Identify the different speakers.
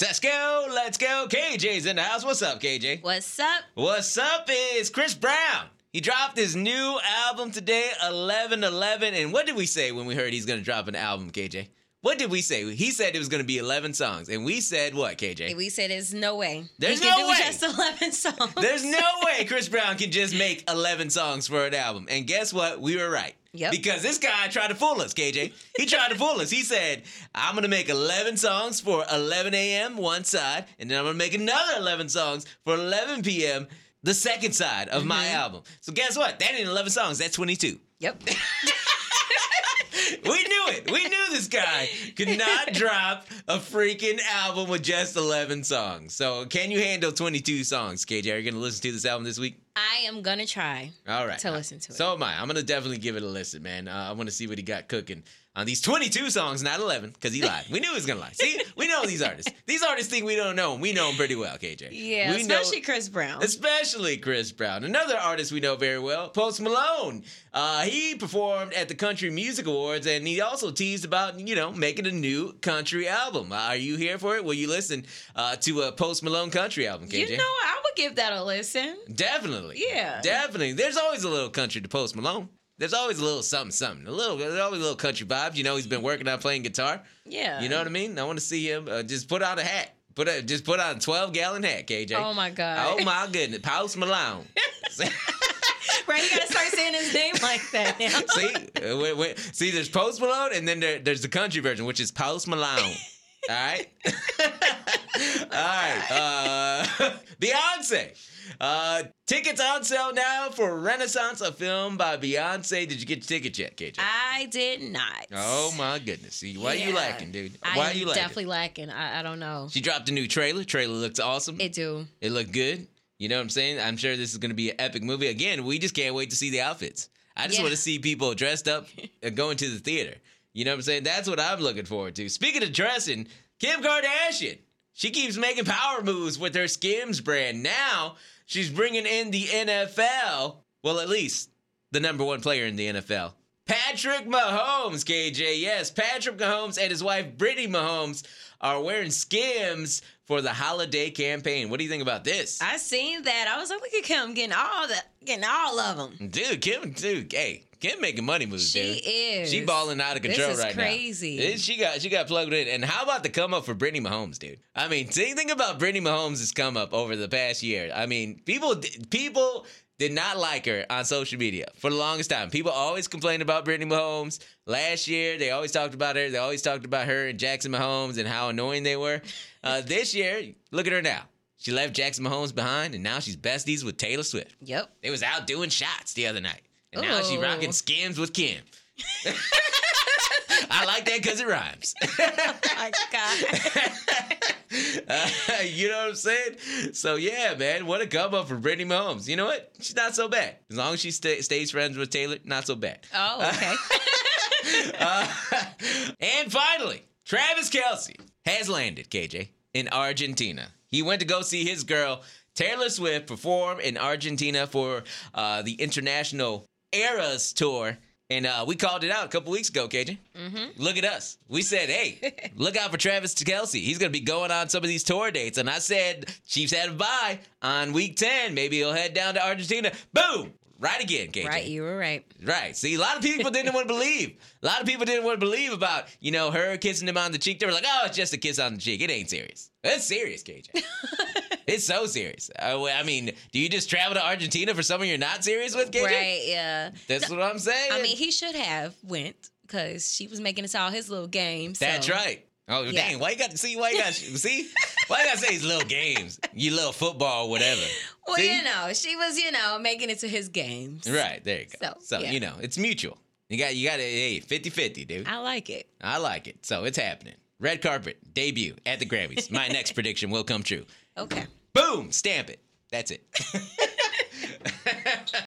Speaker 1: Let's go, let's go. KJ's in the house. What's up, KJ?
Speaker 2: What's up?
Speaker 1: What's up? It's Chris Brown. He dropped his new album today, 1111. And what did we say when we heard he's going to drop an album, KJ? What did we say? He said it was going to be 11 songs. And we said what, KJ?
Speaker 2: We said there's no way.
Speaker 1: There's
Speaker 2: he can
Speaker 1: no
Speaker 2: do
Speaker 1: way.
Speaker 2: just 11 songs.
Speaker 1: There's no way Chris Brown can just make 11 songs for an album. And guess what? We were right.
Speaker 2: Yep.
Speaker 1: Because this guy tried to fool us, KJ. He tried to fool us. He said, I'm going to make 11 songs for 11 a.m., one side, and then I'm going to make another 11 songs for 11 p.m., the second side of
Speaker 2: Mm-hmm.
Speaker 1: my album. So guess what? That ain't 11 songs, that's 22.
Speaker 2: Yep.
Speaker 1: We knew it. We knew this guy could not drop a freaking album with just 11 songs. So, can you handle 22 songs, KJ? Are you going to listen to this album this week?
Speaker 2: I am going to try.
Speaker 1: All right.
Speaker 2: to listen to it.
Speaker 1: So am I. I'm going to definitely give it a listen, man. Uh, I want to see what he got cooking on these 22 songs, not 11, because he lied. We knew he was going to lie. See, we know these artists. These artists think we don't know him. We know him pretty well, KJ.
Speaker 2: Yeah,
Speaker 1: we
Speaker 2: especially Chris Brown.
Speaker 1: Especially Chris Brown. Another artist we know very well, Post Malone. Uh, he performed at the Country Music Awards and he also teased about, you know, making a new country album. Uh, are you here for it? Will you listen uh, to a Post Malone country album, KJ?
Speaker 2: you know, I would give that a listen.
Speaker 1: Definitely.
Speaker 2: Yeah.
Speaker 1: Definitely. There's always a little country to Post Malone. There's always a little something, something. A little, there's always a little country vibes. You know, he's been working on playing guitar.
Speaker 2: Yeah.
Speaker 1: You know what I mean? I want to see him uh, just put on a hat. Put a, just put on a 12 gallon hat, KJ.
Speaker 2: Oh my God.
Speaker 1: Oh my goodness. Post Malone.
Speaker 2: Right? You got to start saying his name like that now.
Speaker 1: see, Uh, wait, wait. see, there's Post Malone, and then there, there's the country version, which is Post Malone. All right, all right. Uh, Beyonce. Uh, tickets on sale now for Renaissance, a film by Beyonce. Did you get your tickets yet, KJ?
Speaker 2: I did not.
Speaker 1: oh my goodness! See, why you
Speaker 2: Yeah.
Speaker 1: lacking, dude? Why
Speaker 2: I am
Speaker 1: you lacking?
Speaker 2: definitely lacking. I, I don't know.
Speaker 1: she dropped a new trailer. Trailer looks awesome.
Speaker 2: It do.
Speaker 1: It looked good. You know what I'm saying? I'm sure this is going to be an epic movie. Again, we just can't wait to see the outfits. I just
Speaker 2: Yeah.
Speaker 1: want to see people dressed up and going to the theater. You know what I'm saying? That's what I'm looking forward to. Speaking of dressing, Kim Kardashian, she keeps making power moves with her Skims brand. Now she's bringing in the NFL. Well, at least the number one player in the NFL. Patrick Mahomes, KJ. Yes, Patrick Mahomes and his wife Brittany Mahomes are wearing skims for the holiday campaign. What do you think about this?
Speaker 2: I seen that. I was like, look at Kim getting all the, getting all of them.
Speaker 1: dude, Kim, dude, hey, Kim making money moves,
Speaker 2: She
Speaker 1: dude.
Speaker 2: is.
Speaker 1: She balling out of
Speaker 2: This
Speaker 1: control
Speaker 2: is
Speaker 1: right
Speaker 2: crazy.
Speaker 1: now. This- She got she got plugged in. And how about the come up for Brittany Mahomes, dude? I mean, think, think about Brittany Mahomes' come up over the past year. I mean, people di- people did not like her on social media for the longest time. People always complained about Brittany Mahomes. Last year, they always talked about her. They always talked about her and Jackson Mahomes and how annoying they were. Uh, this year, look at her now. She left Jackson Mahomes behind, and now she's besties with Taylor Swift.
Speaker 2: Yep.
Speaker 1: They was out doing shots the other night. And now she
Speaker 2: Ooh.
Speaker 1: rocking skims with Kim. I like that because it rhymes.
Speaker 2: Oh My God.
Speaker 1: Uh, you know what I'm saying? So yeah, man, what a come up for Brittany Mahomes. You know what? She's not so bad. As long as she sta stays friends with Taylor, not so bad.
Speaker 2: Oh, okay.
Speaker 1: Uh, and finally, Travis Kelsey has landed, KJ, in Argentina. He went to go see his girl, Taylor Swift, perform in Argentina for uh, the International Eras Tour. And uh, we called it out a couple weeks ago, KJ. Mm-hmm. Look at us. We said, hey, look out for Travis Kelsey. He's going to be going on some of these tour dates. And I said, Chiefs had a bye on week 10. Maybe he'll head down to Argentina. Boom! Right again, KJ.
Speaker 2: right, you were right.
Speaker 1: Right. See, a lot of people didn't want to believe. A lot of people didn't want to believe about, you know, her kissing him on the cheek. They were like, oh, it's just a kiss on the cheek. It ain't serious. It's serious, KJ. it's so serious. I, I mean, do you just travel to Argentina for someone you're not serious with, KJ?
Speaker 2: Right, yeah.
Speaker 1: That's what I'm saying.
Speaker 2: I mean, he should have went because she was making us all his little games.
Speaker 1: That's
Speaker 2: so-
Speaker 1: right. Oh,
Speaker 2: Yeah.
Speaker 1: dang. Why you got to see? Why you got to see? Why you got to say these little games? You little football, whatever.
Speaker 2: Well,
Speaker 1: See?
Speaker 2: you know, she was, you know, making it to his games.
Speaker 1: Right. There you go. So,
Speaker 2: So, yeah.
Speaker 1: you know, it's mutual. You got, you got to, hey, 50 50, dude.
Speaker 2: I like it.
Speaker 1: I like it. So it's happening. Red carpet debut at the Grammys. My next prediction will come true.
Speaker 2: Okay.
Speaker 1: Boom, stamp it. That's it.